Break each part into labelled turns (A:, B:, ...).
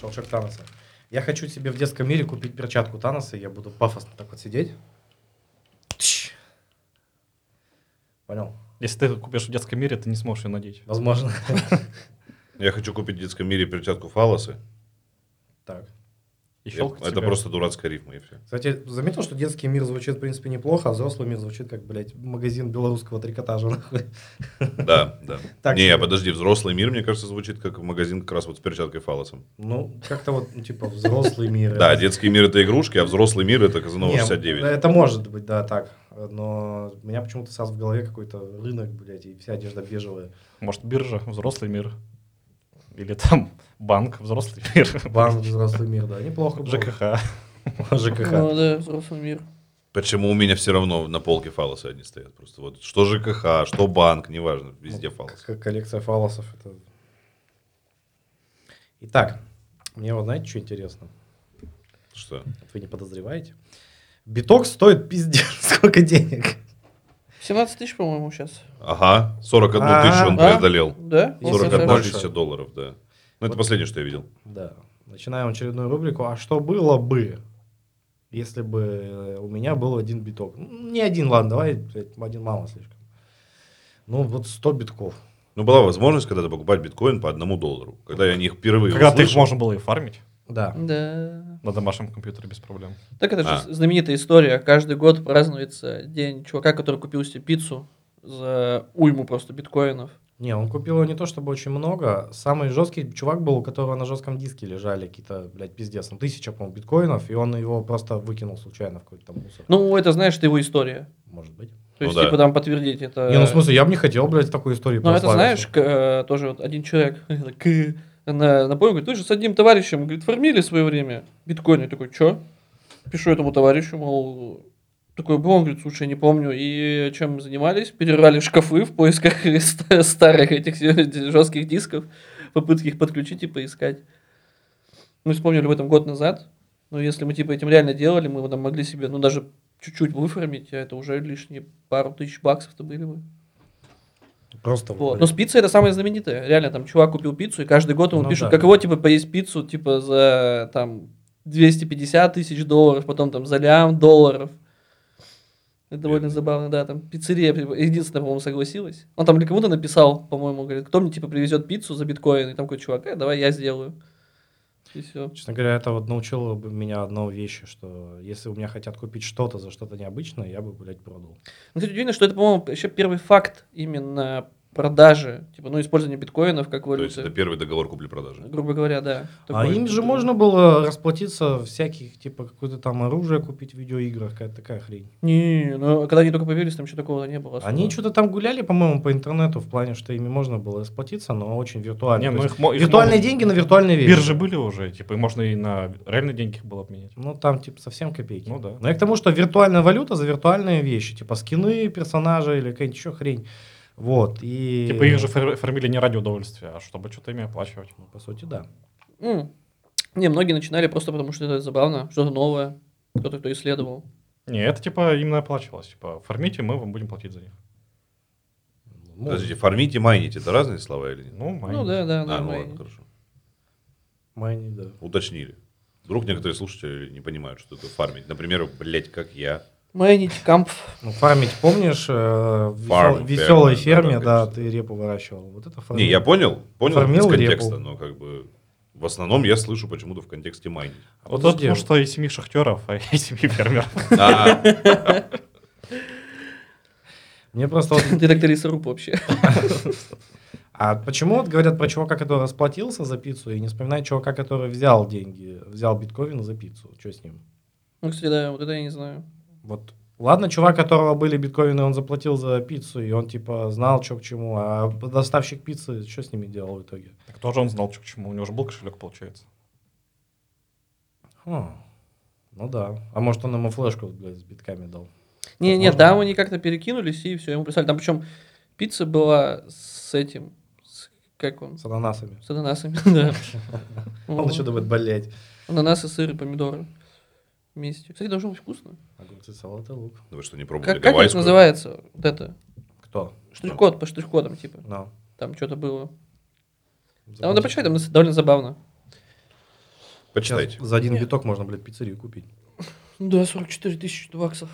A: ковчег Таноса. Я хочу себе в детском мире купить перчатку Таноса, и я буду пафосно так вот сидеть. Тш. Понял?
B: Если ты купишь в детском мире, ты не сможешь ее надеть.
A: Возможно.
C: Я хочу купить в детском мире перчатку фалосы.
A: Так.
B: И
C: Я-
B: щелкать
C: это
B: тебя.
C: просто дурацкая рифма и все.
A: Кстати, заметил, что детский мир звучит, в принципе, неплохо, а взрослый мир звучит как, блядь, магазин белорусского трикотажа. нахуй.
C: Да, да.
A: Так
C: не,
A: себе.
C: подожди, взрослый мир, мне кажется, звучит как магазин как раз вот с перчаткой фалосом.
A: Ну, как-то вот, ну, типа, взрослый мир.
C: Да, детский мир это игрушки, а взрослый мир это Казанова
A: Не, э,
C: 69.
A: Это может быть, да, так. Но у меня почему-то сразу в голове какой-то рынок, блядь, и вся одежда бежевая.
B: Может, биржа, взрослый мир. Или там банк, взрослый мир.
A: Банк, взрослый мир, да. Неплохо. было.
B: ЖКХ.
A: ЖКХ.
D: Ну да, взрослый мир.
C: Почему у меня все равно на полке фалосы одни стоят? Просто вот что ЖКХ, что банк, неважно, везде фалос.
A: Ну, К- Коллекция фалосов. Это... Итак, мне вот знаете, что интересно?
C: Что?
A: Вот Вы не подозреваете? Биток стоит пиздец сколько денег.
D: 17 тысяч, по-моему, сейчас.
C: Ага, 41
A: А,
C: тысячу он
D: а?
C: преодолел.
D: Да?
A: Если
C: 41
A: даже.
C: тысяча долларов, да. Ну,
A: Вот.
C: это последнее, что я видел.
A: Да. Начинаем очередную рубрику. А что было бы, если бы э, у меня был один биток? Ну, Не один, ладно, давай блядь, один мало слишком. Ну, вот 100 битков.
C: Ну, была возможность когда-то покупать биткоин по одному доллару. Когда я о них впервые
B: Когда ты их
C: услышал.
B: можно было и фармить
A: Да.
D: Да.
B: на домашнем компьютере без проблем.
D: Так это
C: А.
D: же знаменитая история. Каждый год празднуется день чувака, который купил себе пиццу за уйму просто биткоинов.
A: Не, он купил его не то чтобы очень много. Самый жесткий чувак был, у которого на жестком диске лежали какие-то, блядь, пиздец, ну, тысяча, по-моему, биткоин, и он его просто выкинул случайно в какой-то там мусор.
D: Ну, это, знаешь, это его история.
A: Может быть.
D: То
C: Ну
D: есть,
C: да.
D: типа, там подтвердить это...
A: Не, ну, в смысле, я бы не хотел, блядь, в такой истории
D: Ну, это,
A: прославиться.
D: знаешь, к- э, тоже вот один человек к- на, на поле говорит, вы же с одним товарищем, говорит, фармили в свое время биткоин. Я такой, чё? Пишу этому товарищу, мол, такой был, он говорит, слушай, не помню, и чем занимались, перервали шкафы в поисках ст- старых этих жестких дисков, попытки их подключить и поискать. Мы вспомнили об этом год назад, но если мы, типа, этим реально делали, мы бы там могли себе, ну, даже чуть-чуть выфармить, а это уже лишние пару тысяч баксов-то были бы.
A: Просто
D: Вот. ну,
A: вот.
D: Но с пиццей это самое знаменитое. Реально, там чувак купил пиццу, и каждый год ему
A: Ну
D: пишут,
A: да.
D: как его, типа, поесть пиццу, типа, за, там, 250 тысяч долларов, потом, там, за лям долларов. Это довольно забавно, да, там, пиццерия, типа, единственная, по-моему, согласилась. Он там или кому-то написал, по-моему, говорит, кто мне, типа, привезет пиццу за биткоин, и там какой чувак, «Э, давай я сделаю. И все.
A: Честно говоря, это вот научило бы меня одной вещи, что если у меня хотят купить что-то за что-то необычное, я бы, блядь, продал.
D: Ну, кстати, удивительно, что это, по-моему, еще первый факт именно продажи, типа, ну, использования биткоинов как
C: То есть это
D: валюты.
C: первый договор купли-продажи.
D: Грубо говоря, да.
A: а
D: Такой-
A: им же можно было расплатиться всяких, типа, какое-то там оружие купить в видеоиграх, какая-то такая хрень.
D: Не, ну когда они только появились, там еще такого не было. особо.
A: Они что-то там гуляли, по-моему, по интернету, в плане, что ими можно было расплатиться, но очень виртуально.
B: Не,
A: То
B: ну
A: есть
B: их мо- их
A: виртуальные
B: могут-
A: деньги на виртуальные вещи.
B: Биржи были уже, типа, и можно и на реальные деньги их было обменять.
A: Ну, там, типа, совсем копейки.
B: Ну да.
A: Но я к тому, что виртуальная валюта за виртуальные вещи, типа скины персонажа или какая-нибудь еще хрень. Вот, и...
B: Типа их же фар- фармили не ради удовольствия, а чтобы что-то ими оплачивать.
A: Ну, По сути, да.
D: М. Не, многие начинали просто потому, что это забавно, что-то новое, кто-то кто исследовал.
B: Не, это типа именно оплачивалось. Типа, фармите, мы вам будем платить за них.
A: Ну,
C: Подождите, фармить и майнить это разные слова или нет?
B: Ну, майнинг.
D: Ну да, да,
C: а, ну
D: нормально.
C: ладно, хорошо.
A: майни, да.
C: Уточнили. Вдруг некоторые слушатели не понимают, что это фармить. Например, блядь, как я.
D: Майнить камп.
A: Ну, фармить, помнишь, э, в
C: Фарм,
A: веселой
C: ферма,
A: ферме,
C: да,
A: да, ты
C: конечно.
A: репу выращивал. Вот это фармить.
C: Не, я понял, понял
A: Фармил
C: из контекста,
A: репу.
C: но как бы в основном я слышу почему-то в контексте майнить.
B: Вот
A: Подожди.
B: это потому что из семьи шахтеров, а из семьи фермеров.
C: А,
A: Мне просто вот...
D: Ты так-то лесоруб вообще.
A: А почему вот говорят про чувака, который расплатился за пиццу, и не вспоминают чувака, который взял деньги, взял биткоин за пиццу? Что с ним?
D: Ну, кстати, да, вот это я не знаю.
A: Вот. Ладно, чувак, которого были биткоины, он заплатил за пиццу, и он типа знал, что к чему. А доставщик пиццы, что с ними делал в итоге?
B: Так тоже он знал, чё к чему. У него же был кошелек, получается.
A: Хм. Ну да. А может, он ему флешку блядь, с битками дал?
D: Не, не,
A: можно?
D: там они как-то перекинулись и все, ему прислали. Там причем пицца была с этим, с- как он,
A: С ананасами.
D: с ананасами, да.
A: А Он еще думает, блядь.
D: Ананасы, сыр и помидоры вместе. Кстати, должно быть вкусно.
A: Огурцы, салат и лук.
C: ну вы что, не пробовали
D: Как как это
C: гавайскую?
D: называется? Вот это.
A: Кто?
D: Штрих-код по штрих-кодам, типа.
A: Ну.
D: Там что-то было. А ну да почитай, там довольно забавно.
C: Почитайте.
A: Сейчас за один
D: Нет.
A: биток можно, блядь, пиццерию купить.
D: Ну Да, 44 тысячи баксов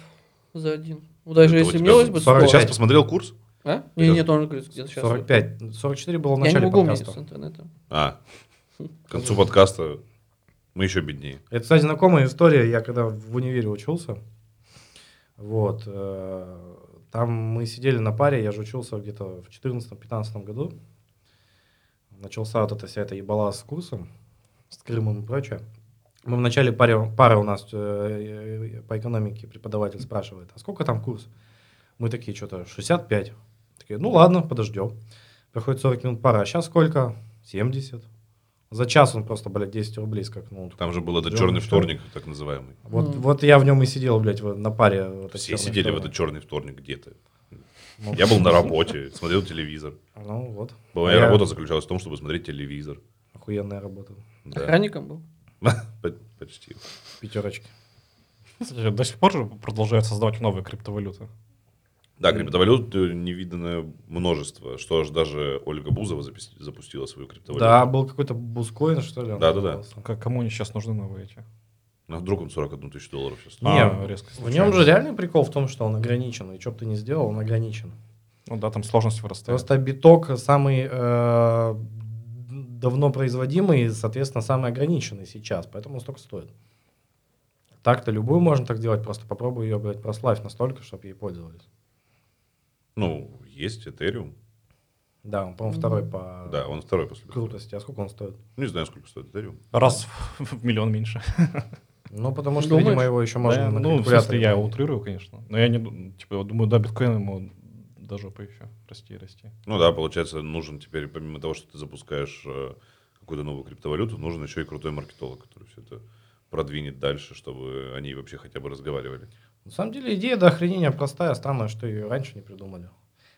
D: за один. Ну, даже
C: Это у
D: если
C: тебя
D: мелочь бы...
A: 40
D: сто-
C: Сейчас посмотрел курс?
D: А? Не,
C: Это-
D: нет, он говорит, где-то сейчас.
A: 45. 44 было в
D: Я не
A: начале
D: могу мне с
A: подкаста.
D: интернетом.
C: А, к концу подкаста мы еще беднее.
A: Это, кстати, знакомая история. Я когда в универе учился, вот, э, там мы сидели на паре, я же учился где-то в 14-15 году. Начался вот эта вся эта ебала с курсом, с Крымом и прочее. Мы в начале пары, пары у нас э, по экономике преподаватель спрашивает, а сколько там курс? Мы такие, что-то 65. Такие, ну ладно, подождем. Проходит 40 минут пара, а сейчас сколько? 70. За час он просто, блядь, 10 рублей скакнул.
C: Там же был этот
A: Да,
C: черный
A: ну что?
C: вторник, так называемый.
A: Вот,
D: Мгм.
A: вот я в нем и сидел, блядь, в- на паре. вот
C: Все
A: этой
C: сидели в
A: черной
C: этот черный вторник где-то.
A: Ну,
C: Я был на работе, смотрел телевизор.
A: Ну вот,
C: Моя
A: Я-
C: работа заключалась в том, чтобы смотреть телевизор.
A: охуенная работа.
C: Да.
D: Охранником был.
C: П- Почти.
A: Пятерочки.
B: Кстати, до сих пор же продолжают создавать новые криптовалюты.
C: Да, криптовалют э, невиданное множество, что аж даже Ольга Бузова запис- запустила свою криптовалюту.
A: Да, был какой-то бускоин, что ли? он
C: Да-да-да.
A: назывался.
B: К- Ну, Кому они сейчас нужны новые эти?
C: Ну, вдруг он 41 тысячу долларов сейчас.
A: Не,
B: А, резко
A: В нем
B: случайно.
A: же реальный прикол в том, что он ограничен. И что бы ты ни сделал, он ограничен.
B: Ну да, там сложность вырастает.
A: Просто биток самый э, давно производимый, соответственно, самый ограниченный сейчас. Поэтому он столько стоит. Так-то любую можно так делать, просто попробуй ее, блядь, прославь настолько, чтобы ей пользовались.
C: Ну, есть Ethereum.
A: Да, он, по-моему,
D: Мгм.
A: второй по
C: Да, он второй после.
A: крутости. А сколько он стоит?
C: Не знаю, сколько стоит Ethereum.
B: Раз в, в миллион меньше.
A: Ну, потому что,
D: Думаешь?
A: видимо, его еще можно
B: Да,
A: на
B: ну, в
A: калькуляторе
B: смысле, я
A: помнить.
B: утрирую, конечно. Но я не ду- типа, я думаю, да, биткоин ему до жопы еще расти и расти.
C: Ну да, получается, нужен теперь, помимо того, что ты запускаешь э, какую-то новую криптовалюту, нужен еще и крутой маркетолог, который все это продвинет дальше, чтобы они вообще хотя бы разговаривали.
A: На самом деле идея до охренения простая, странная, что ее раньше не придумали.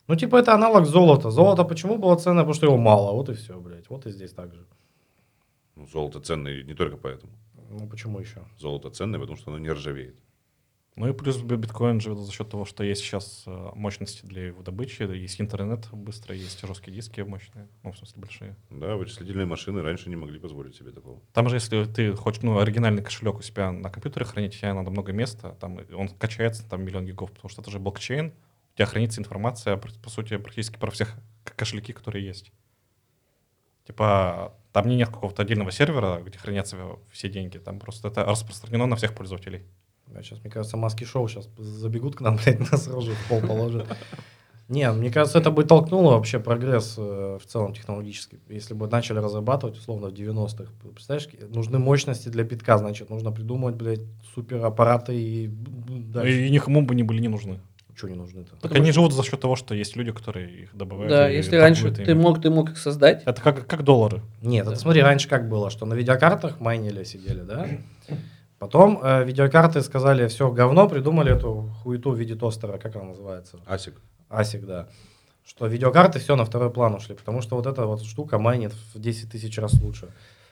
A: Ну, типа, это аналог золота. Золото почему было ценное? Потому что его мало. Вот и все, блядь. Вот и здесь так же.
C: Ну, золото ценное не только поэтому.
A: Ну, почему еще?
C: Золото ценное, потому что оно не ржавеет.
B: Ну и плюс би- биткоин живет за счет того, что есть сейчас э, мощности для его добычи, да, есть интернет быстро, есть жесткие диски мощные, ну, в смысле, большие.
C: Да, вычислительные машины раньше не могли позволить себе такого.
B: Там же, если ты хочешь, ну, оригинальный кошелек у себя на компьютере хранить, тебе надо много места, там и он качается, там миллион гигов, потому что это же блокчейн, у тебя хранится информация, пр- по сути, практически про всех к- кошельки, которые есть. Типа, там не- нет какого-то отдельного сервера, где хранятся все деньги, там просто это распространено на всех пользователей.
A: сейчас, мне кажется, маски шоу сейчас забегут к нам, блядь, нас рожу в пол положат. Не, мне кажется, это бы толкнуло вообще прогресс э, в целом технологический. Если бы начали разрабатывать, условно, в 90-х. Представляешь, ки- нужны мощности для битка, значит, нужно придумывать, блядь, супераппараты и б- б-
B: Ну,
A: дальше.
B: И никому бы не были не нужны.
A: Что не нужны-то?
B: Так
D: Потому
B: они живут за счет того, что есть люди, которые их добывают.
D: Да,
B: и
D: если
B: торгуют
D: раньше
B: ими.
D: ты мог, ты мог их создать.
B: Это как, как доллары.
A: Нет,
D: Да.
A: это смотри, раньше как было, что на видеокартах майнили, сидели, да? Потом э, видеокарты сказали, все, говно, придумали эту хуету в виде тостера, как она называется?
C: Асик.
A: Асик, да. Что видеокарты все на второй план ушли, потому что вот эта вот штука майнит в 10 тысяч раз лучше.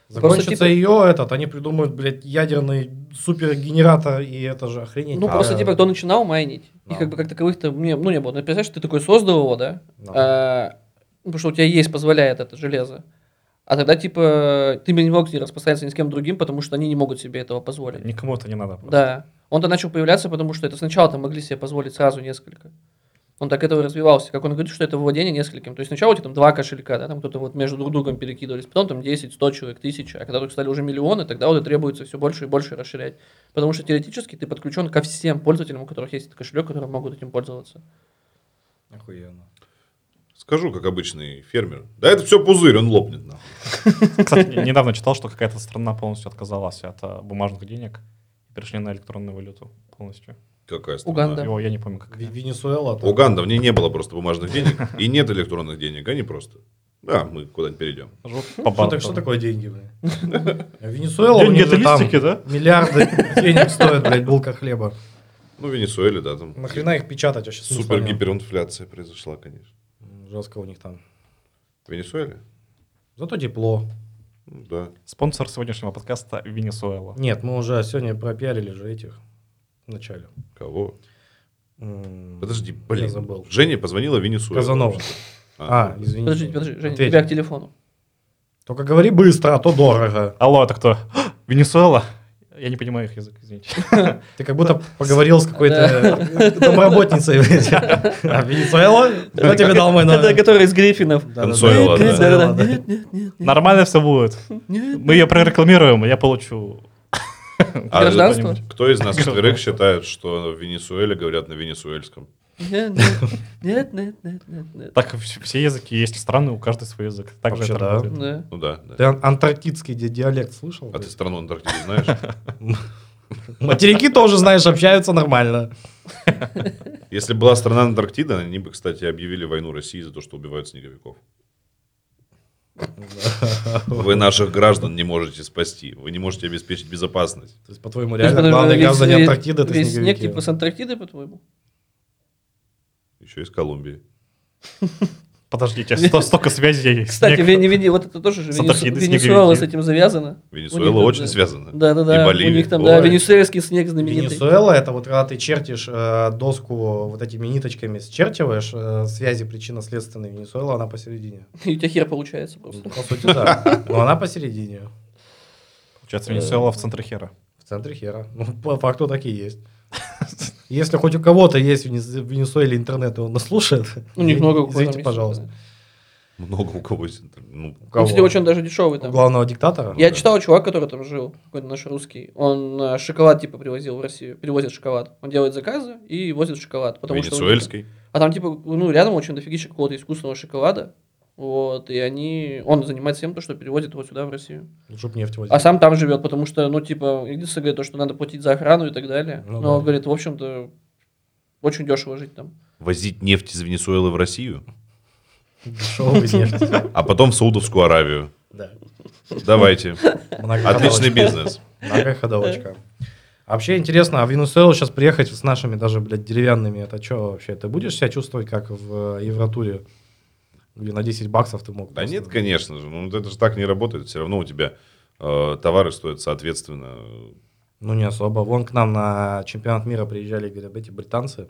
A: Закончится
D: типа-
A: ее этот, они придумают, блядь, ядерный супергенератор, и это же охренеть.
D: Ну,
A: А,
D: просто, типа, кто начинал майнить,
A: Да.
D: и как бы как таковых-то, мне, ну, не было. Ну, Представляешь, ты такой создал его, да?
A: да.
D: А, ну, потому что у тебя есть, позволяет это железо. А тогда, типа, ты бы не мог не распространяться ни с кем другим, потому что они не могут себе этого позволить.
B: Никому это не надо. просто.
D: Да. Он-то начал появляться, потому что это сначала-то могли себе позволить сразу несколько. Он так этого и развивался. Как он говорит, что это владение нескольким. То есть сначала у тебя там два кошелька, да, там кто-то вот между друг другом перекидывались, потом там 10, 100 человек, 1000, а когда только стали уже миллионы, тогда вот и требуется все больше и больше расширять. Потому что теоретически ты подключен ко всем пользователям, у которых есть этот кошелек, которые могут этим пользоваться.
A: Охуенно.
C: Скажу, как обычный фермер. Да это все пузырь, он лопнет. нахуй.
B: Кстати, недавно читал, что какая-то страна полностью отказалась от э, бумажных денег и перешли на электронную валюту полностью.
C: Какая страна.
D: Уганда. Да.
B: Его я не помню,
A: В-
B: как.
A: Венесуэла. там.
C: Уганда, в ней не было просто бумажных денег. И нет электронных денег, они просто. Да, мы куда-нибудь перейдем.
A: Что, так- что Ну, такое деньги, блядь? Венесуэла, у
B: Деньги
A: них
B: это
A: же там
B: листики, да?
A: миллиарды денег стоит, блядь, булка хлеба.
C: Ну, в Венесуэле, да, там.
A: Нахрена их печатать вообще? смысла
C: Супер
A: нет.
C: гиперинфляция произошла, конечно.
A: Жестко у них там.
C: В Венесуэле?
A: Зато тепло.
C: Ну, да.
B: Спонсор сегодняшнего подкаста Венесуэла.
A: Нет, мы уже сегодня пропиарили же этих в начале.
C: Кого?
A: М,
C: Подожди,
A: Я
C: блин.
A: забыл.
C: Женя позвонила в Венесуэлу.
A: Казанова.
C: А,
A: А, извини.
D: Подожди, подожди, Женя,
A: Ответь.
D: тебя к телефону.
A: Только говори быстро, а то дорого.
B: Алло, это кто? Венесуэла. Я не понимаю их язык, извините.
A: Ты как будто поговорил с какой-то э, домработницей. блядь. А Венесуэла? Кто тебе дал мой
D: Это
A: номер?
D: который из Гриффинов.
A: Да, да, да.
C: Консуэла,
A: Нет,
C: да.
A: нет,
D: Да-да-да.
A: да, да.
D: Нет, нет, нет, нет,
B: Нормально все будет.
D: нет.
B: Мы ее прорекламируем, и я получу.
C: А
D: Гражданство?
B: кто-нибудь.
C: Кто из нас четверых
B: Гражданство.
C: считает, что в Венесуэле говорят на венесуэльском?
D: Нет, нет, нет, нет, нет, нет.
B: Так вс- все языки есть страны, у каждой свой язык. Так же
A: Вообще,
B: это
A: да.
B: работает.
D: Да.
C: Ну да. да.
A: Ты ан- антарктидский ди- диалект слышал?
C: А ты страну Антарктиды знаешь?
A: Материки тоже, знаешь, общаются нормально.
C: Если была страна Антарктида, они бы, кстати, объявили войну России за то, что убивают снеговиков. Ну Вы наших граждан не можете спасти. Вы не можете обеспечить безопасность.
A: То есть, по-твоему,
D: То есть,
A: реально
D: потому
A: главное
D: что весь-
A: граждане
D: весь-
A: Антарктиды, это
D: Весь снег
A: снеговики.
D: типа с Антарктиды, по-твоему?
C: Еще из Колумбии.
B: Подождите, сто- столько связей.
D: Кстати,
B: Снег.
D: Вене- Вене- вот это тоже же
B: С
D: Венесу-
B: Антарктиды
D: Венесуэла
B: снеговики.
D: с этим завязана. У
C: Венесуэла
D: них,
C: очень
D: да.
C: связана. И
D: Да-да-да, у
C: Боливия.
D: них там, да,
C: Бывает.
D: венесуэльский снег знаменитый.
A: Венесуэла это вот когда ты чертишь э, доску вот этими ниточками, счерчиваешь э, связи причинно-следственной Венесуэла, она посередине. Ну,
D: И у тебя хер получается
A: По
D: просто.
A: сути, да. Но она посередине.
B: Получается, Венесуэла в центре хера.
A: В центре хера. Ну, по факту так и есть. Если хоть у кого-то есть в Венес- в Венесуэле интернет, и он нас слушает,
D: Ну, не много у кого там
A: извините,
D: есть.
A: пожалуйста.
C: Много у кого есть. интернет. Ну,
A: У
D: Ну,
A: кого?
D: кстати, очень даже дешевый
A: У
D: там.
A: главного диктатора?
D: Я читал чувак, который там жил, какой-то наш русский. Он э, шоколад типа привозил в Россию, перевозит шоколад. Он делает заказы и возит шоколад. Потому что у них-
C: Венесуэльский.
D: а там типа, ну рядом очень дофигища какого-то искусственного шоколада. Вот, и они... Он занимается тем, то, что перевозит его сюда, в Россию.
A: Чтоб нефть возить.
D: А сам там живет, потому что, ну, типа, единственное, говорит, то, что надо платить за охрану и так далее.
A: Ну
D: Но,
A: да.
D: говорит, в общем-то, очень дешево жить там.
C: Возить нефть из Венесуэлы в Россию,
A: Дешевый нефть.
C: а потом в Саудовскую Аравию.
A: Да.
C: Давайте. Отличный
A: Многоходовочка.
C: бизнес.
A: Многоходовочка. А Вообще интересно, а в Венесуэлу сейчас приехать с нашими даже, блядь, деревянными, это что вообще? Ты будешь себя чувствовать, как в э, Евротуре, где на 10 баксов ты мог?
C: Да
A: просто-
C: нет, конечно же. Ну, это же так не работает. Все равно у тебя э, товары стоят соответственно.
A: Ну, не особо. Вон к нам на чемпионат мира приезжали, говорят, эти британцы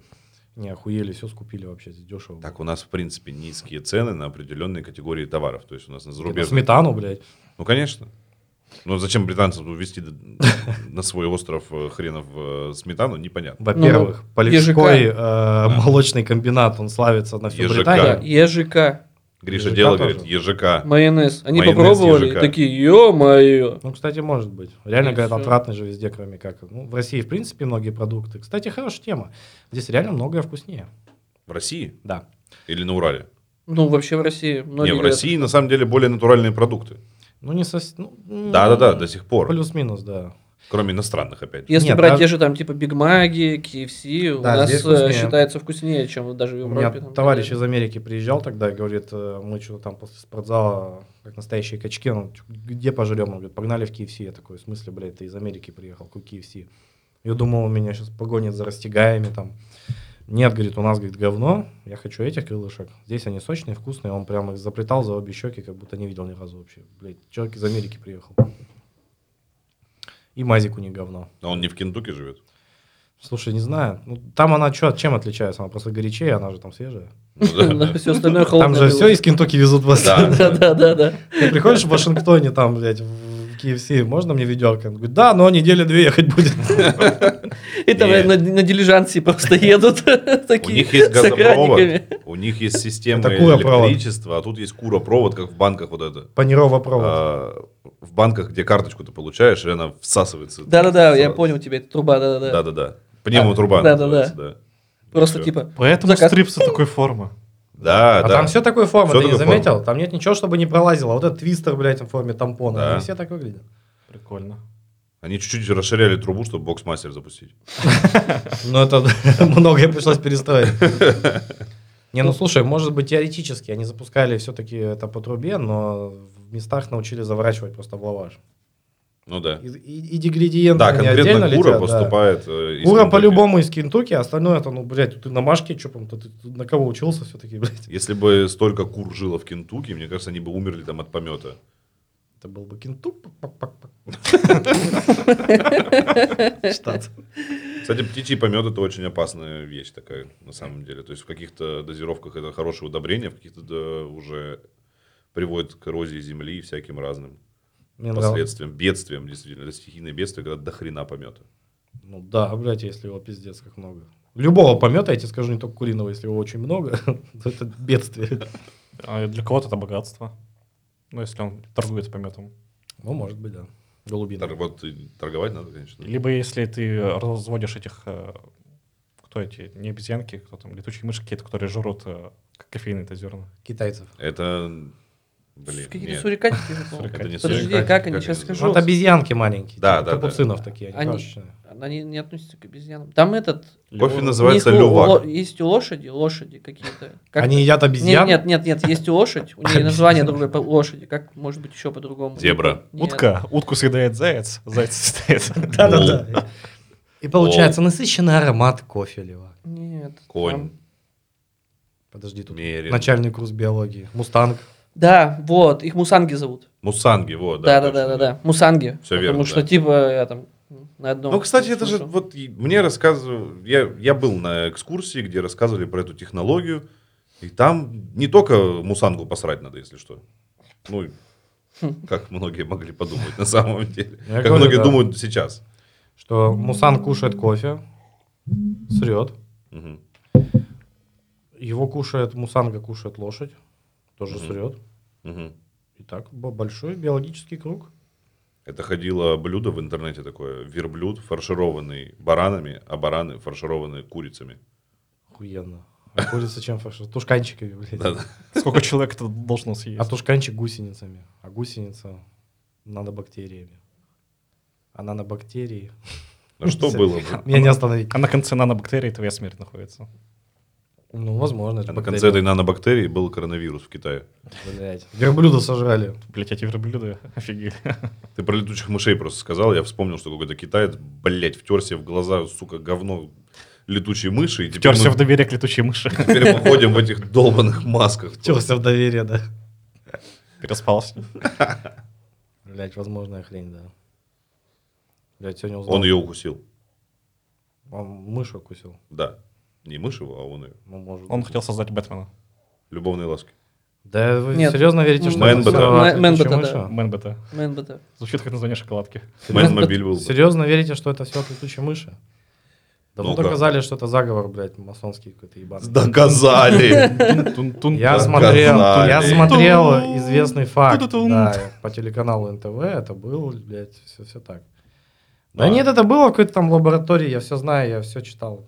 A: не охуели, все скупили вообще здесь дешево.
C: Так, у нас, в принципе, низкие цены на определенные категории товаров. То есть у нас на
A: Типа
C: зарубежных...
A: сметану, блядь.
C: Ну, конечно. Ну, зачем британцам везти на свой остров э, хренов э, сметану, непонятно.
A: Во-первых, Полевской э, молочный комбинат, он славится на всю
C: ЕЖК.
D: Да,
A: Британию.
D: ежика,
C: Гриша
A: ежика
C: дело
A: тоже.
C: говорит, ежика.
D: майонез. Они
C: Майонез
D: попробовали
C: ежика.
D: и такие, ё-моё.
A: Ну, кстати, может быть. Реально,
D: И
A: говорят,
D: всё.
A: отвратный же везде, кроме как. Ну, в России, в принципе, многие продукты. Кстати, хорошая тема. Здесь реально многое вкуснее.
C: В России
A: Да.
C: или на Урале?
D: Ну, вообще в России многие
C: Не, в
D: говорят,
C: России на самом деле более натуральные продукты.
A: Ну, не совсем... ну,
C: Да-да-да,
A: м,
C: до сих пор.
A: Плюс-минус, да.
C: Кроме иностранных, опять же.
D: Если
A: Нет,
D: брать
A: да.
D: те же там типа Биг Маги, KFC, у
A: Да,
D: нас
A: здесь
D: э,
A: вкуснее.
D: считается вкуснее, чем даже в
A: У
D: Европе.
A: меня
D: там,
A: товарищ
D: так
A: из Америки приезжал тогда и говорит, э, мы что-то там после спортзала, как настоящие качки, он, «Чё, где пожрем? Он говорит, погнали в KFC. Я такой, в смысле, блядь, ты из Америки приехал, какой KFC? Я думал, он меня сейчас погонит за растягаями там. Нет, говорит, у нас, говорит, говно, я хочу этих крылышек. Здесь они сочные, вкусные, он прям их заплетал за обе щеки, как будто не видел ни разу вообще. Блядь, человек из Америки приехал. И мазик у них говно.
C: А он не в Кентукки живет.
A: Слушай, не знаю. Ну, там она чё, чем отличается? Она просто горячее, она же там свежая.
C: Ну да, да.
D: далее. Все остальное
A: Там
D: холодное.
A: же
D: было.
A: все из Кентукки везут вас.
C: Да.
D: Да, да, да, да.
A: Ты приходишь в Вашингтоне, там, блядь, в KFC, можно мне ведерко? Он говорит, да, но недели две ехать будет.
D: И там
C: Нет.
D: на, на дилижансе просто едут
C: У
D: такие
C: них есть
D: с
C: газопровод,
D: охранниками.
C: у них есть система
A: Это куропровод.
C: электричества, а тут есть куропровод, как в банках вот это.
A: Панирова провод.
C: А, в банках, где карточку ты получаешь, и она всасывается.
D: Да-да-да, я
C: Всасывается.
D: понял тебя, это труба, да-да-да.
C: Да-да-да. Пневмотруба
D: А, да-да-да.
C: называется, да.
D: Просто
C: Всё.
D: типа,
B: Поэтому
D: Заказ.
B: стрипсы такой формы.
C: Да,
A: А
C: да.
A: там все такой формы,
C: Всё
A: ты не
C: такой формы.
A: заметил? Там нет ничего, чтобы не пролазило. А Вот этот твистер, блядь, в форме тампона.
C: Да.
A: Они все так выглядят.
B: Прикольно.
C: Они чуть-чуть расширяли трубу, чтобы боксмастер запустить.
A: Но это многое пришлось перестроить. Не, ну слушай, может быть, теоретически они запускали все-таки это по трубе, но в местах научили заворачивать просто в лаваш.
C: Ну да.
A: И, и- и деградиенты
C: Да,
A: они
C: конкретно
A: отдельно
C: кура
A: летят, да.
C: поступает. э, из
A: Кура
C: Кентукки.
A: по-любому из Кентукки, а остальное это, ну, блядь, ты на Машке, что там, ты, ты на кого учился все-таки, блядь?
C: Если бы столько кур жило в Кентукки, мне кажется, они бы умерли там от помета.
A: Это был бы Кентук. Штат.
C: Кстати, птичий помет это очень опасная вещь такая, на самом деле. То есть в каких-то дозировках это хорошее удобрение, в каких-то да, уже приводит к эрозии земли и всяким разным.
A: Мне нравилось.
C: последствиям, бедствиям, действительно. Это стихийное бедствие, когда до хрена помета.
A: Ну да, блядь, если его пиздец как много. Любого помета, я тебе скажу, не только куриного, если его очень много, то это бедствие.
B: А для кого-то это богатство. Ну, если он торгует пометом.
A: Ну, может быть, да. Голубина.
C: Тор- вот и торговать надо, конечно.
B: Либо если ты разводишь этих... э, Кто эти? Не обезьянки, кто там? Летучие мыши какие-то, которые жрут э, к- кофейные-то зерна.
A: Китайцев.
C: Это... Блин,
D: Какие-то
C: нет.
D: сурикатики. я думал.
B: Сурикатики.
C: Это не
D: Подожди,
C: сурикатики,
D: как они
C: как
D: сейчас
C: это
A: Ну,
D: скажу?
A: вот обезьянки маленькие.
C: Да,
A: типа
C: да, да.
A: Капуцинов такие, они
D: Они-
A: крошечные.
D: Они не относятся к обезьянам. Там этот...
C: Кофе
A: Лё-
C: называется
D: есть у-
C: лювак.
D: ло- Есть у лошади, лошади какие-то. Как-
A: Они едят
D: Нет,
A: обезьян?
D: нет, нет, нет, есть у лошадь, у нее название другое по лошади, как может быть еще по-другому?
C: Зебра.
D: Нет.
B: Утка. Утку съедает заяц, заяц съедает.
A: Да-да-да. И получается насыщенный аромат кофе, Лева.
D: Нет.
C: Конь.
D: там-
A: Подожди, тут
C: мерин.
A: начальный курс биологии. Мустанг.
D: Да, вот, их мусанги зовут.
C: Мусанги, вот.
D: Да, да, да, да, да. Мусанги.
C: Всё
D: потому
C: верно,
D: что
C: да.
D: типа я там на одном.
C: Ну, кстати, это же
D: слушал.
C: вот и мне рассказывал, я, я был на экскурсии, где рассказывали про эту технологию, и там не только мусангу посрать надо, если что. Ну, и как многие могли подумать на самом деле.
A: Я
C: как
A: говорю,
C: многие
A: да.
C: думают сейчас.
A: Что мусан кушает кофе, срет.
C: Мгм.
A: Его кушает, мусанга кушает лошадь, тоже
C: Мгм.
A: срет.
C: Мгм.
A: И так б- большой биологический круг.
C: Это ходило блюдо в интернете такое. Верблюд, фаршированный баранами, а бараны фаршированные курицами.
A: Охуенно. А курица чем фарш? Тушканчиками, блядь.
C: Да-да.
B: Сколько человек это должно съесть?
A: А тушканчик гусеницами. А гусеница нанобактериями. А нанобактерии...
C: А что было бы?
A: Меня не остановить.
B: А на конце нанобактерий твоя смерть находится.
A: Ну, возможно. это
C: На конце
A: бактерии.
C: этой нанобактерии был коронавирус в Китае.
A: Блядь. Верблюда сожрали.
B: Блять, эти верблюды офигели.
C: Ты про летучих мышей просто сказал, я вспомнил, что какой-то китаец, блядь, втерся в глаза, сука, говно летучие мыши. И теперь,
B: Терся
C: мы,
B: в доверие к летучей мыши.
C: теперь мы ходим в этих долбанных масках.
A: Терся в доверие, да.
B: Переспался.
A: Блять, возможная хрень, да. Блять, сегодня узнал.
C: Он ее укусил.
A: Он А мышь укусил.
C: Да. Не мышь его, а он ее.
A: Ну, может.
B: Он
A: быть.
B: хотел создать Бэтмена.
C: Любовные ласки.
A: Да вы
D: Нет.
A: серьезно верите, что
C: Мэн
A: это
C: бы
A: всё
C: да.
A: от
D: Мэн
A: летучей
D: бы да,
A: мыши?
D: да.
B: Мэн Бета.
D: Мэн бы это-
B: Звучит как название шоколадки.
C: Мэн мобиль был. бы.
A: Серьезно верите, что это все от летучей мыши? Давно
C: Ну да.
A: доказали, что это заговор, блядь, масонский какой-то ебаный.
C: Доказали.
A: Я
C: Доказали.
A: смотрел, я смотрел
B: Ту-ту.
A: известный факт
B: Ту-ту-тун.
A: да, по телеканалу НТВ, это было, блядь, все, все так. Да.
C: Да.
A: нет, это было в какой-то там лаборатории, я все знаю, я все читал.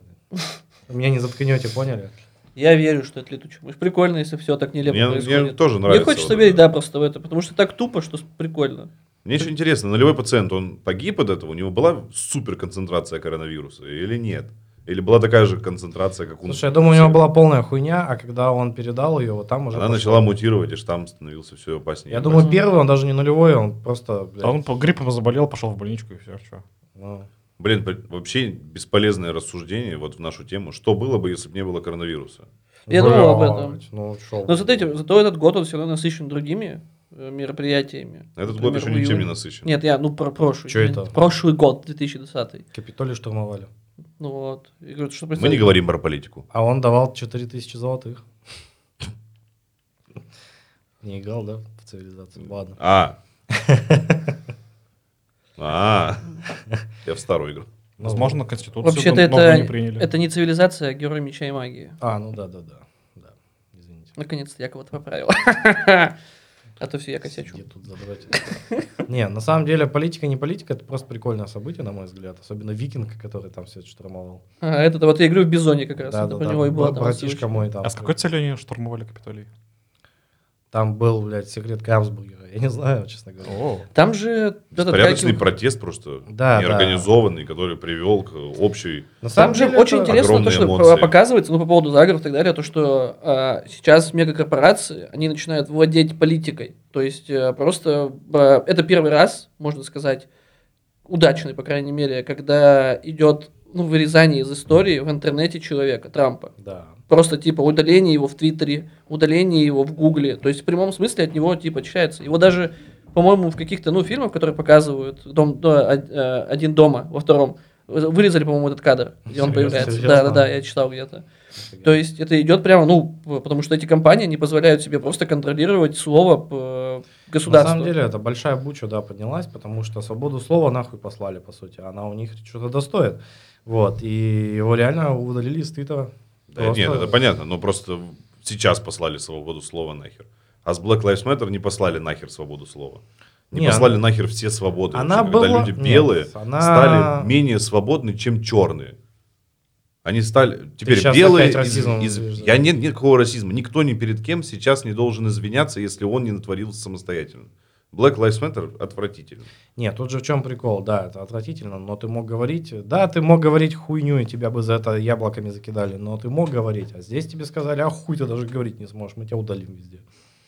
A: Меня не заткнете, поняли?
D: Я верю, что это летучая мышь. Прикольно, если все так нелепо
C: Мне- мне
D: происходит.
C: тоже нравится
D: Мне хочется
C: вот
D: верить,
C: это.
D: да, просто в это, потому что так тупо, что с- прикольно.
C: Мне еще интересно, нулевой пациент, он погиб от этого? У него была суперконцентрация коронавируса или нет? Или была такая же концентрация, как у нас?
A: Слушай, я думаю, у него была полная хуйня, а когда он передал ее, вот там уже...
C: Она
A: пошло.
C: начала мутировать, и штамм становился все опаснее.
A: Я думаю,
D: Мгм.
A: первый, он даже не нулевой, он просто, блядь,
B: А он по гриппом заболел, пошел в больничку и все, что.
A: ну,
C: Блин, при- вообще бесполезное рассуждение вот в нашу тему. Что было бы, если бы не было коронавируса?
D: Я думал об
A: блядь,
D: этом.
A: Ну, шо.
D: Но смотрите, зато этот год он все равно насыщен другими э, мероприятиями.
C: Этот
D: Например,
C: год еще
D: в
C: ничем не
D: июне-
C: насыщен.
D: Нет, я, ну, про прошлый.
A: Чё это?
D: извините. Прошлый год, 2020.
A: Капитолий штурмовали.
D: Ну вот. И говорю, что
C: Мы не говорим про политику.
A: А он давал 4000 золотых. Не играл, да, в цивилизацию? Ладно.
C: А. А. Я в старую игру.
A: Ну,
B: Возможно, конституцию
D: Вообще-то
B: новую
D: это,
B: не приняли.
D: это не цивилизация, а герой меча и магии.
A: А, ну да, да, да. да. Извините.
D: Наконец-то я кого-то поправил. А то все Ну, я косячу.
A: Сидит тут задротит. Не, на самом деле политика не политика, это просто прикольное событие, на мой взгляд. Особенно викинг, который там все это штурмовал.
D: А, этот вот я играю в Бизоне как раз.
A: Да,
D: это
A: да,
D: про
A: да.
D: него и было
A: Бра-
D: там
A: Братишка
D: озвучено.
A: мой там.
B: А с какой целью они штурмовали Капитолий?
A: Там был, блядь, секрет Гамсбургера. Я не знаю, честно говоря.
B: О,
D: Там же... этот
C: Порядочный
D: Гакин-
C: протест просто
A: Да, да.
C: неорганизованный, который привел к общей...
A: На
D: Там же
A: деле
D: очень
A: это-
D: интересно то,
C: огромные
D: что
C: эмоции.
D: показывается, ну, по поводу заговоров и так далее, то, что а, сейчас мегакорпорации, они начинают владеть политикой. То есть э, просто э, это первый раз, можно сказать, удачный, по крайней мере, когда идет ну, вырезание из истории в интернете человека, Трампа.
A: Да.
D: Просто типа удаление его в Твиттере, удаление его в Гугле. То есть в прямом смысле от него типа очищается. Его даже, по-моему, в каких-то ну, фильмах, которые показывают дом, да, од- э, один э, дома во втором, Вырезали, по-моему, этот кадр, где он
A: Серьезно?
D: появляется.
A: Серьезно?
D: Да, да, да, я читал где-то. То есть это идет прямо, ну, п- потому что эти компании не позволяют себе просто контролировать слово п-
A: На
D: государства.
A: самом деле, это большая буча, да, поднялась, потому что свободу слова нахуй послали, по сути. Она у них что-то достоит. Вот, и его реально удалили из твиттера.
C: Да, Нет, это понятно, но просто сейчас послали свободу слова нахер. А с Black Lives Matter не послали нахер свободу слова. Не,
A: Не,
C: послали нахер все свободы.
A: она
C: вообще, когда
A: была-
C: люди
A: нет,
C: белые
A: она-
C: стали менее свободны, чем черные. Они стали... Теперь
A: щас
C: белые...
A: опять расизмом
C: из- из-
A: утверждаешь.
C: я нет никакого расизма. Никто ни перед кем сейчас не должен извиняться, если он не натворил самостоятельно. Black Lives Matter отвратительно.
A: Нет, тут же в чем прикол, да, это отвратительно, но ты мог говорить, да, ты мог говорить хуйню, и тебя бы за это яблоками закидали, но ты мог говорить, а здесь тебе сказали, а хуй ты даже говорить не сможешь, мы тебя удалим везде.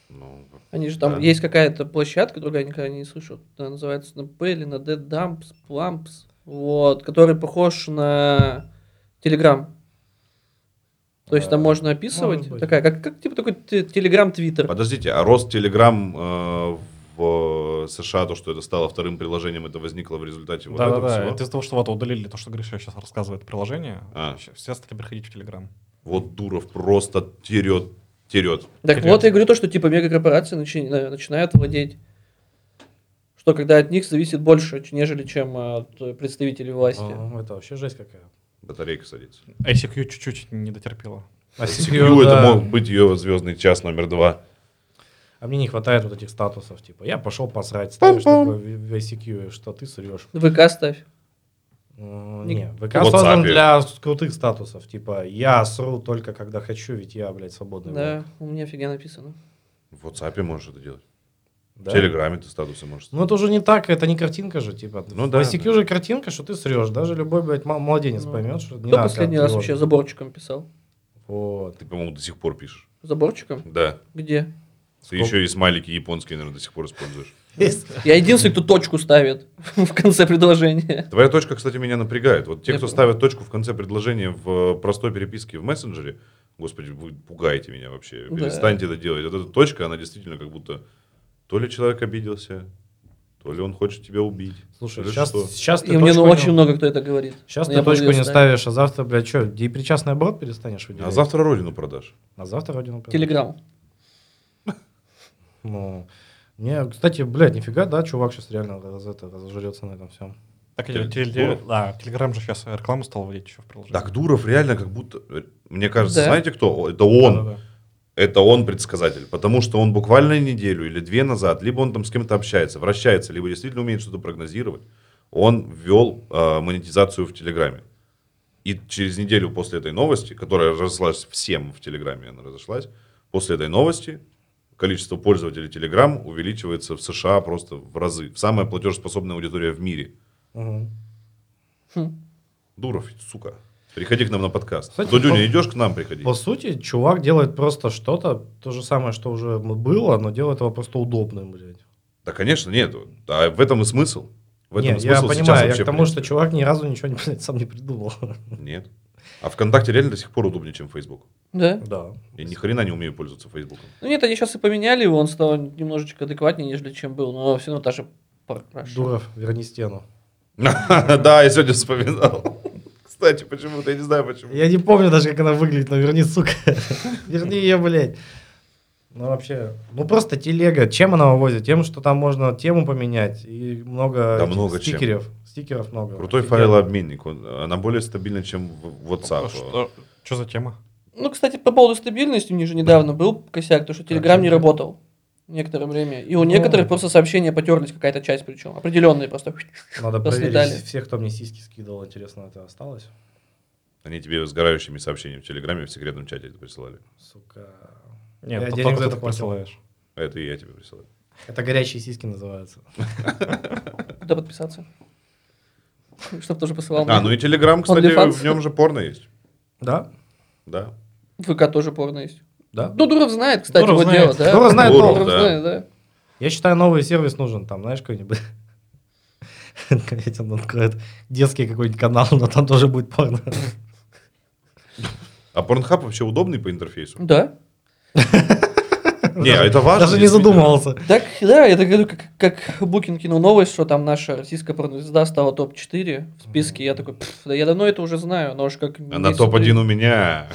C: Ну,
D: Они же там
C: Да.
D: есть какая-то площадка, которую я никогда не слышал. Она называется на П или на Д Дампс, Плампс. Вот, который похож на Телеграм. То есть там
A: Э,
D: можно описывать.
A: может быть.
D: такая, как, как типа такой те- Телеграм-Твиттер.
C: Подождите, а рост Телеграм э, в э, США, то, что это стало вторым приложением, это возникло в результате вот
B: да, да,
C: этого
B: да.
C: всего?
B: Это из-за того, что вот удалили то, что Гриша сейчас рассказывает приложение.
C: А.
B: щ- Все стали приходить в Телеграм.
C: Вот Дуров просто терет, терет.
D: Так
B: Интересно.
D: вот, я говорю то, что типа мегакорпорации начи- на- начинают владеть. Что когда от них зависит больше, ч- нежели чем э, от э, представителей власти.
A: А, это вообще жесть какая.
C: Батарейка садится.
B: ICQ А чуть-чуть не дотерпела.
A: А,
C: Секью, это
A: да.
C: мог быть ее звездный час номер два.
A: А мне не хватает вот этих статусов, типа, я пошел посрать, ставишь такой в в ICQ, что ты срешь.
D: ВК ставь.
A: М,
D: Ник-
A: Не, ВК
C: WhatsApp.
A: создан для с- крутых статусов, типа, я сру только когда хочу, ведь я, блядь, свободный.
D: Да, у меня фигня написано.
C: В WhatsApp можешь это делать.
A: Да.
C: В Телеграме ты статусы можешь.
A: Ну это уже не так, это не картинка же, типа.
C: Ну
A: Ну
C: да,
A: да. ICQ же картинка, что ты срешь. Даже любой, блядь, мал- младенец
D: Ну.
A: поймет, что не
D: Кто
A: надо
D: последний
A: себя
D: раз
A: тревожить.
D: вообще заборчиком писал?
A: Вот.
C: Ты, по-моему, до сих пор пишешь.
D: Заборчиком?
C: Да.
D: Где?
C: Ты
A: Сколько?
C: еще и смайлики японские, наверное, до сих пор используешь.
D: Я единственный, кто точку ставит в конце предложения.
C: Твоя точка, кстати, меня напрягает. Вот те,
D: Я
C: кто
D: понял.
C: ставят точку в конце предложения в э, простой переписке в мессенджере, господи, вы пугаете меня вообще.
D: Да.
C: Перестаньте это делать. Вот эта точка, она действительно как будто то ли человек обиделся, то ли он хочет тебя убить.
A: Слушай,
C: то ли
A: сейчас,
C: что.
A: сейчас
D: И
A: ты
D: мне ну,
A: точку
D: очень
A: не-
D: много кто это говорит.
A: Сейчас
D: Но
A: ты
D: я буду
A: точку
D: её
A: не
D: ставить.
A: ставишь, а завтра, блядь, что, депричастный оборот перестанешь выделять?
C: А завтра родину продашь.
A: А завтра родину продашь?
D: Телеграм.
A: Ну, не, кстати, блядь, нифига, да, чувак сейчас реально раз, это, разжрется на этом всем.
B: Так,
C: Теле-
B: и теле-
C: Дуров?
B: да, Телеграм же сейчас рекламу стал вводить еще в приложение.
C: Так Дуров реально как будто... э, Мне кажется,
D: Да.
C: знаете кто? Это он.
B: Да-да-да.
C: это он предсказатель, потому что он буквально неделю или две назад, либо он там с кем-то общается, вращается, либо действительно умеет что-то прогнозировать, он ввел э, монетизацию в Телеграме. И через неделю после этой новости, которая разошлась всем в Телеграме, она разошлась, после этой новости количество пользователей Телеграм увеличивается в США просто в разы. В самая платежеспособная аудитория в мире.
A: Мгм.
D: Хм.
C: Дуров, сука. Приходи к нам на подкаст.
A: Кстати,
C: Дудюня,
A: по-
C: идешь к нам приходи.
A: По сути, чувак делает просто что-то, то же самое, что уже было, но делает его просто удобным, блядь.
C: Да, конечно, нет. А в этом и смысл. В этом
A: Не,
C: и
A: я
C: смысл сейчас
A: понимаю, я
C: вообще,
A: к тому,
C: в
A: что
C: принципе.
A: чувак ни разу ничего не, блядь, сам не придумал.
C: Нет. А ВКонтакте реально до сих пор удобнее, чем Facebook.
D: Да.
A: Да.
C: Я ни хрена не умею пользоваться Фейсбуком.
D: Ну нет, они сейчас и поменяли его, он стал немножечко адекватнее, нежели чем был, но все равно та же параша.
A: Дуров, верни стену.
C: Да, я сегодня вспоминал. Кстати, почему-то, я не знаю почему.
A: Я не помню даже, как она выглядит, но верни, сука. Верни ее, блядь. Ну, вообще, ну просто телега. Чем она вывозит? Тем, что там можно тему поменять и много,
C: Да
A: этих
C: много чем.
A: стикеров. Стикеров много.
C: Крутой
A: Офигенно.
C: файлообменник. он- Она более стабильна, чем в- WhatsApp.
B: Что, что за тема?
D: Ну, кстати, по поводу стабильности, мне же недавно был косяк, то что Телеграм не работал некоторое время. И у
A: Ну.
D: некоторых просто сообщения потерлись, какая-то часть причем. Определенные просто.
A: Надо
D: Рассветали.
A: проверить всех, кто мне сиськи скидывал. Интересно, это осталось?
C: Они тебе сгорающими сообщениями в Телеграме в секретном чате это присылали.
A: Сука.
B: Нет,
A: Я
B: то-
A: денег за
B: только ты
A: это платил.
B: присылаешь.
C: А Это и я тебе присылаю.
A: Это горячие сиськи называются.
D: Куда подписаться? Чтоб тоже посылал.
C: А, ну и Телеграм, кстати,
D: OnlyFans.
C: в нем же порно есть.
A: Да?
C: Да.
D: ВК тоже порно есть.
A: Да.
D: Ну, Дуров знает, кстати,
B: Дуров
D: вот
B: знает.
D: дело, да.
A: Дуров знает
C: Дуров,
D: Дуров
C: да.
D: знает, да.
A: Я считаю, новый сервис нужен. Там, знаешь, какой-нибудь... Блядь, он откроет детский какой-нибудь канал, но там тоже будет порно.
C: А Порнхаб вообще удобный по интерфейсу?
D: Да.
C: Не, это важно.
A: Даже не
C: действительно.
A: задумывался.
D: Так, да, я так говорю, как, как Букин кинул новость, что там наша российская порнозвезда стала топ-4 в списке. Я такой, «Пф, да я давно это уже знаю, но уж как...
C: Она
D: месяц
C: топ-1
D: три».
C: у меня.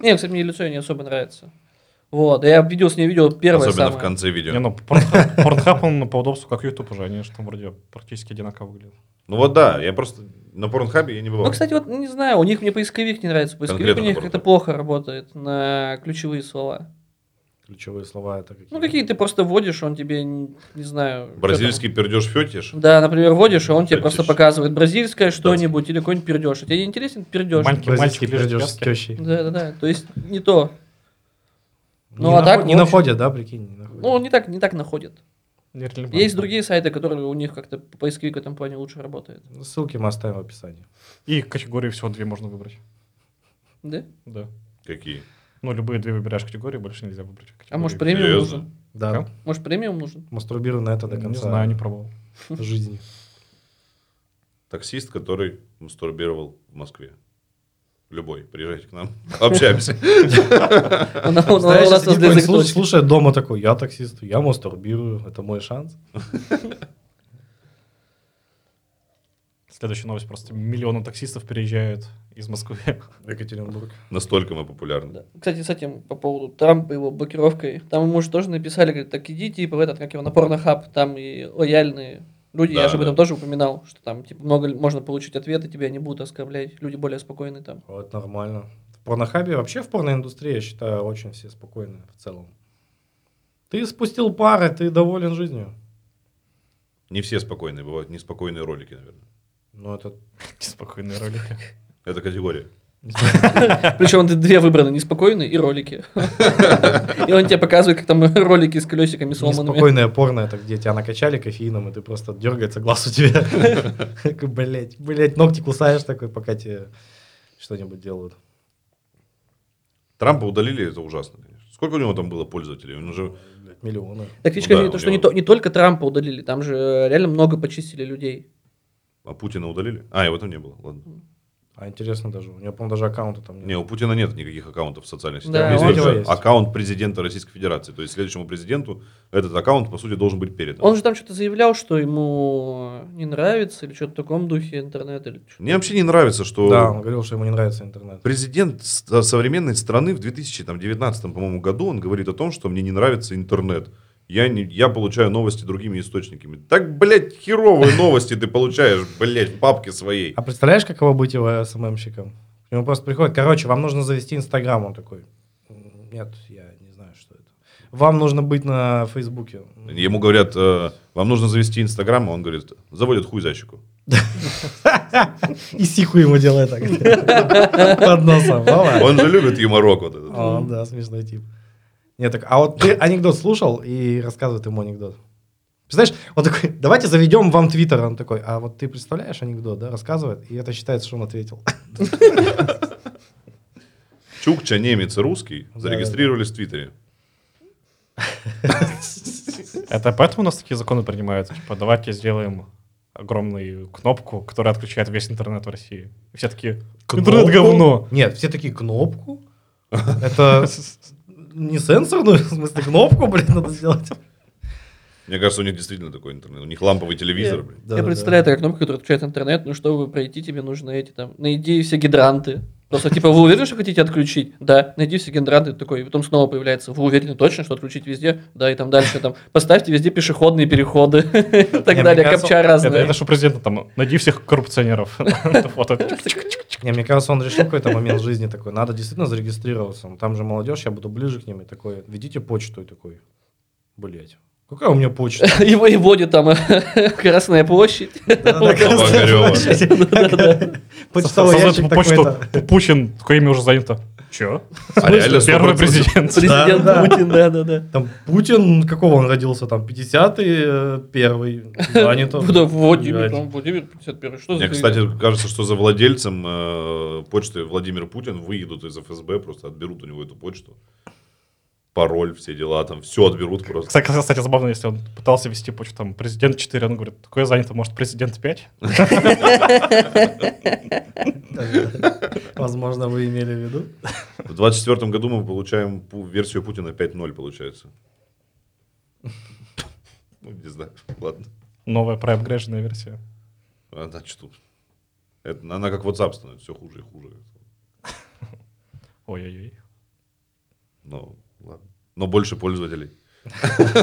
D: Не, кстати, мне лицо её не особо нравится. Вот, я видео с ней видел первое
C: Особенно в
D: самое.
C: конце видео.
B: Не, ну, Порнхаб Порнхаб, он по удобству, как YouTube уже, они же там вроде практически одинаково выглядят.
C: Ну вот да, я просто на порнхабе я не бывал.
D: Ну, кстати, вот не знаю, у них мне поисковик не нравится. Поисковик у
C: Конкретно
D: них
C: наоборот.
D: как-то плохо работает на ключевые слова.
A: Ключевые слова это какие?
D: Ну, какие ты просто вводишь, он тебе, н- не знаю... что
C: Бразильский пердеж фетиш.
D: там. Да, например, вводишь, а он тебе просто
C: Фетиш.
D: показывает бразильское что-нибудь или какой-нибудь пердеж. А тебе не интересен пердеж?
B: Маленький
A: Бразильский
B: мальчик лежит в
A: пердеж с
B: песке.
A: тещей.
D: Да, да, да. То есть не то. Ну,
A: не
D: а
A: нахо-
D: так, в
A: Не
D: общем-
A: находят, да, прикинь? не находят.
D: Ну, он не так, не так находит.
B: Верили бы.
D: Есть другие сайты, которые у них как-то поисковик в этом плане лучше работает.
A: Ну, Ссылки мы оставим в описании.
B: И категории всего две можно выбрать.
D: Да?
B: Да.
C: Какие?
B: Ну, любые две выбираешь категории, больше нельзя выбрать.
D: А может
B: категории.
D: премиум
C: Серьезно?
D: нужен?
A: Да,
B: Как?
D: Может премиум нужен?
A: мастурбирую на это до
B: Не
A: конца
B: знаю, не пробовал.
A: жизни.
C: Таксист, который мастурбировал в Москве. Любой, приезжайте к нам, общаемся.
D: У нас- Ну, у
A: Знаешь,
D: нас
A: если
D: создает
A: кто-нибудь слуш-
D: заготовки.
A: слушает дома такой, я таксист, я мастурбирую, это мой шанс.
B: Следующая новость. Просто миллионы таксистов переезжают из Москвы.
A: Екатеринбург.
C: Настолько мы популярны.
D: Да. Кстати, с этим по поводу Трампа, его блокировкой. Там ему же тоже написали, говорит, так идите, типа, в этот, как его, на порнохаб, там и лояльные люди, я
C: Да,
D: же об
C: да.
D: этом тоже упоминал, что там, типа, много ли- можно получить ответы, тебя не будут оскорблять, люди более спокойные там.
A: Вот, нормально. В порнохабе вообще в порноиндустрии, я считаю, очень все спокойны в целом. Ты спустил пары, ты доволен жизнью.
C: Не все спокойные, бывают неспокойные ролики, наверное.
A: Ну, это...
B: Неспокойные ролики.
C: Это категория.
A: не знаю.
D: Причем ты две выбраны, неспокойные и ролики. И он тебе показывает, как там ролики с колесиками сломанными.
A: Неспокойное порно, это где тебя накачали кофеином, и ты просто дергается глаз у тебя. Такой, Блять, блять, ногти кусаешь такой, пока тебе что-нибудь делают.
C: Трампа удалили, это ужасно, конечно. Сколько у него там было пользователей? Он уже...
A: Миллионы.
D: Так фишка
C: Ну да,
D: же то,
C: у
D: что не,
C: него-
D: то- не только Трампа удалили, там же э, реально много почистили людей.
C: А Путина удалили? А, его там не было, ладно.
A: А интересно даже, у него, по-моему, даже аккаунта там
C: Не,
A: нет.
C: у Путина нет никаких аккаунтов в социальных сетях.
D: Да,
C: есть
D: он-
C: только
A: Есть.
C: аккаунт президента Российской Федерации. То есть следующему президенту этот аккаунт, по сути, должен быть передан.
D: Он же там что-то заявлял, что ему не нравится, или что-то в таком духе интернет, или что
C: Мне вообще не нравится, что
A: Да, он говорил, что ему не нравится интернет.
C: президент с- современной страны в 2019, по-моему, году, он говорит о том, что мне не нравится интернет. Я, не, я получаю новости другими источниками. Так, блядь, херовые новости ты получаешь, блядь, в папке своей.
A: А представляешь, каково быть его СММщиком? К нему просто приходит, короче, вам нужно завести Инстаграм. Он такой, «М, нет, я не знаю, что это. Вам нужно быть на Фейсбуке.
C: Ему говорят, э, вам нужно завести Инстаграм, а он говорит, заводят хуй за щеку.
A: И сиху ему делает так. Под носом. Давай.
C: Он же любит юморок вот этот.
A: А, Да, смешной тип. Нет, так, а вот ты анекдот слушал и рассказывает ему анекдот. Представляешь, он такой, давайте заведем вам твиттер. Он такой, а вот ты представляешь анекдот, да, рассказывает, и это считается, что он ответил.
C: Чукча, немец и русский
A: Да,
C: зарегистрировались в Твиттере.
B: Это поэтому у нас такие законы принимаются. Типа, давайте сделаем огромную кнопку, которая отключает весь интернет в России. И все такие, интернет
A: Кнопку?
B: говно.
A: Нет, все такие кнопку. Это не сенсорную, в смысле, кнопку, блин, надо сделать.
C: Мне кажется, у них действительно такой интернет. У них ламповый телевизор, блин.
A: Да,
D: я
A: да,
D: представляю, это как кнопка, которая отключает интернет, ну чтобы пройти, тебе нужно эти там, найди все гидранты. Просто типа, вы уверены, что хотите отключить? Да, найди все гидранты, такой, и потом снова появляется, вы уверены точно, что отключить везде? Да, и там дальше там, поставьте везде пешеходные переходы и так
A: мне
D: далее,
A: кажется,
D: капча
B: Это,
D: разные.
B: это что президента там, найди всех коррупционеров. Вот это.
A: Не, мне кажется, он решил какой-то момент в жизни такой, надо действительно зарегистрироваться. Ну, Там же молодежь, я буду ближе к ним. И такой, ведите почту. И такой, блять, какая у меня почта?
D: Его и вводит там Красная площадь.
C: Огарева.
A: Почтовый
B: Создает
A: ящик
B: ему почту.
A: такой-то.
B: Путин, такое имя уже занято. Че?
C: А реально
B: Первый
C: 100%.
B: президент.
D: Президент
A: да.
D: Путин, да-да-да.
A: Там Путин, какого он родился, там, 50-й, э, первый, занято.
D: Да, Владимир,
A: Ну, Блядь.
D: по-моему, Владимир 51. Что за
C: Мне, кстати, кажется, что за владельцем э, почты Владимир Путин выедут из ФСБ, просто отберут у него эту почту. Пароль, все дела, там все отберут просто.
B: Кстати, кстати, забавно, если он пытался вести почту, там, президент 4, он говорит, такое занято, может, президент 5?
A: Возможно, вы имели в виду.
C: В 24 году мы получаем пу- версию Путина 5.0, получается. Ну, не знаю, ладно. А
B: Новая проапгреженная версия.
C: Она что это, она как WhatsApp становится все хуже и хуже.
B: Ой-ой-ой.
C: Но, ладно. Но больше пользователей.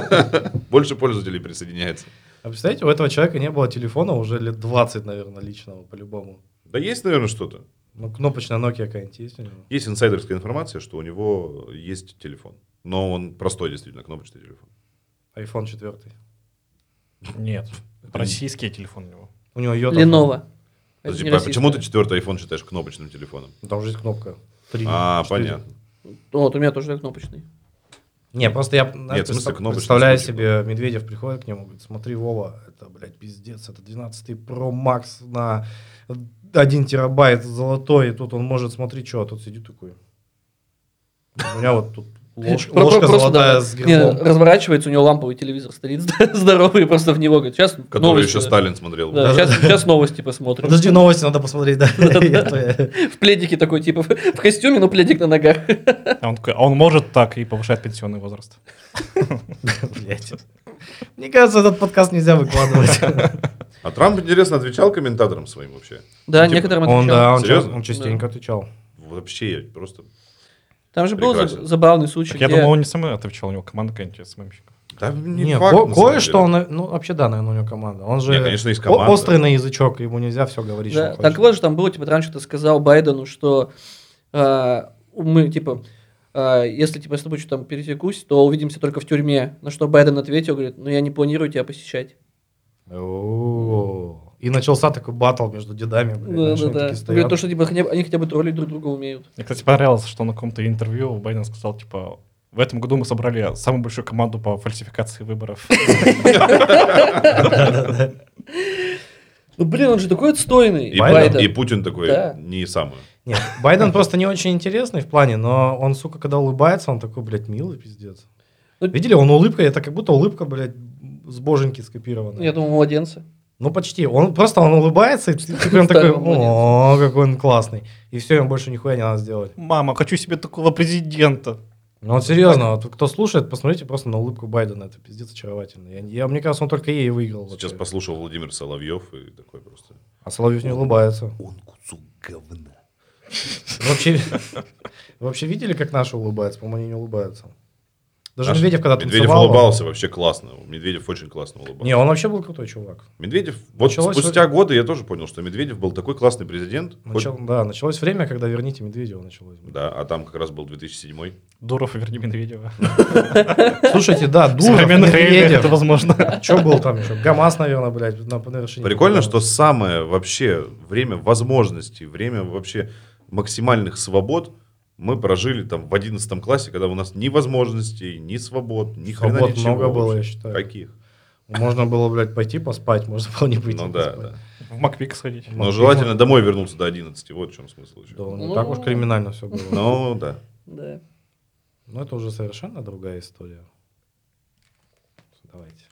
C: Больше пользователей присоединяется.
A: А представляете, у этого человека не было телефона уже лет 20, наверное, личного, по-любому.
C: Да есть, наверное, что-то.
A: Ну, кнопочная Nokia какая-нибудь есть у него?
C: Есть инсайдерская информация, что у него есть телефон. Но он простой, действительно, кнопочный телефон.
A: iPhone 4.
B: Нет. Российские телефоны у него.
A: У него йота.
D: Леново. Это
C: Подожди,
D: не
C: а почему ты
D: российское.
C: четвертый iPhone считаешь кнопочным телефоном?
A: Там же есть кнопка. Три,
C: А,
A: четыре.
C: понятно.
D: Вот, у меня тоже кнопочный.
A: Не, просто я знаешь,
C: Нет, в смысле,
A: представ-
C: кнопочный,
A: представляю
C: в смысле,
A: себе, Медведев приходит к нему, говорит, смотри, Вова, это, блядь, пиздец, это 12 Pro Max на 1 терабайт золотой, и тут он может, смотри, что, а тут сидит такой. У меня вот тут лож-
D: Про-
A: ложка
D: про- просто,
A: золотая
D: да.
A: с
D: Не,
A: гербом.
D: разворачивается, у него ламповый телевизор стоит здоровый, просто в него. Говорит, сейчас
C: Который
D: новости,
C: еще
D: да.
C: Сталин смотрел.
D: Да, сейчас, сейчас новости посмотрим.
A: Подожди, новости надо посмотреть, да. Я твоя.
D: В пледике такой, типа, в- в костюме, но пледик на ногах.
B: А он такой, а он может так и повышает пенсионный возраст.
A: Блядь. Мне кажется, этот подкаст нельзя выкладывать.
C: А Трамп, интересно, отвечал комментаторам своим вообще?
D: Да,
C: Типа,
D: некоторым
A: Он,
D: отвечал.
A: да, он
C: Серьезно?
A: ча- он частенько отвечал.
C: Вообще, я просто...
D: Там же был
C: Прекрасен.
D: за- забавный случай,
B: Так я
D: где-
B: думал, он не сам отвечал, у него команда какая-нибудь СММщиков.
C: Да, не
A: Не,
C: факт,
A: ко-
C: на самом
A: кое-что
C: деле.
A: он, ну, вообще, да, наверное, у него команда. Он же
C: Не, конечно, есть
A: о-
C: команда.
A: острый на язычок, ему нельзя все говорить,
D: Да,
A: что
D: так
A: хочешь.
D: вот же там было, типа, Трамп что-то сказал Байдену, что э, мы, типа, э, если, типа, с тобой что-то там пересекусь, то увидимся только в тюрьме. На что Байден ответил, говорит, ну я не планирую тебя посещать.
A: О. И начался такой батл между дедами. блин, знаешь, они
D: Да-да-да.
A: такие стоят.
D: Говорит, то, что, типа, хотя бы- они хотя бы троллить друг друга умеют.
B: Мне, кстати, понравилось, что на каком-то интервью Байден сказал, типа, в этом году мы собрали самую большую команду по фальсификации выборов.
D: Ну, блин, он же такой отстойный,
C: И,
A: Байден.
C: и Путин такой,
D: Да.
C: не самый.
A: Нет, Байден просто не очень интересный в плане, но он, сука, когда улыбается, он такой, блядь, милый пиздец.
D: Ну,
A: Видели, он улыбка, это как будто улыбка, блядь, с боженьки скопированная.
D: Я думаю, младенца.
A: Ну, почти. Он просто он улыбается, и ты, ты прям такой,
D: Старый молодец.
A: о, какой он классный. И все, ему больше нихуя не надо сделать.
B: Мама, хочу себе такого президента.
A: Ну вот серьезно, вот кто слушает, посмотрите просто на улыбку Байдена. Это пиздец очаровательно. Я, я- мне кажется, он только ей и выиграл.
C: Сейчас
A: вообще.
C: послушал Владимир Соловьев и такой просто...
A: А Соловьев не улыбается.
C: Он кусок говна.
A: Вы Вообще, вы вообще видели, как наши улыбаются? По-моему, они не улыбаются. Даже
C: Наш
A: Медведев, когда
C: Медведев
A: танцевал... он-
C: улыбался вообще классно. Медведев очень классно улыбался.
A: Не, он вообще был крутой чувак.
C: Медведев, вот
A: Началось
C: спустя годы я тоже понял, что Медведев был такой классный президент. хоть-
A: Начал- Да, началось время, когда верните Медведева началось.
C: Да, а там как раз был 2007
B: Дуров, верни Медведева.
A: Слушайте, да,
B: В
A: Дуров,
B: современных реалиях это
A: Медведев.
B: возможно.
A: Что был там еще? ГАМАЗ, наверное, блядь, на, на вершине.
C: Прикольно, что самое вообще время возможностей, время вообще максимальных свобод мы прожили там в 11 классе, когда у нас ни возможностей, ни свобод, ни хрена
A: Свобод
C: ничего
A: много было,
C: вообще.
A: я считаю.
C: Каких?
A: Можно было, блядь, пойти поспать, можно было не пойти
C: ну да,
A: поспать.
C: да.
B: В Маквик сходить.
C: Но желательно домой вернуться до 11, вот в чем смысл еще.
A: Да, не
D: Ну.
A: так уж криминально все было.
C: Ну да.
D: Да.
A: Но это уже совершенно другая история. Давайте.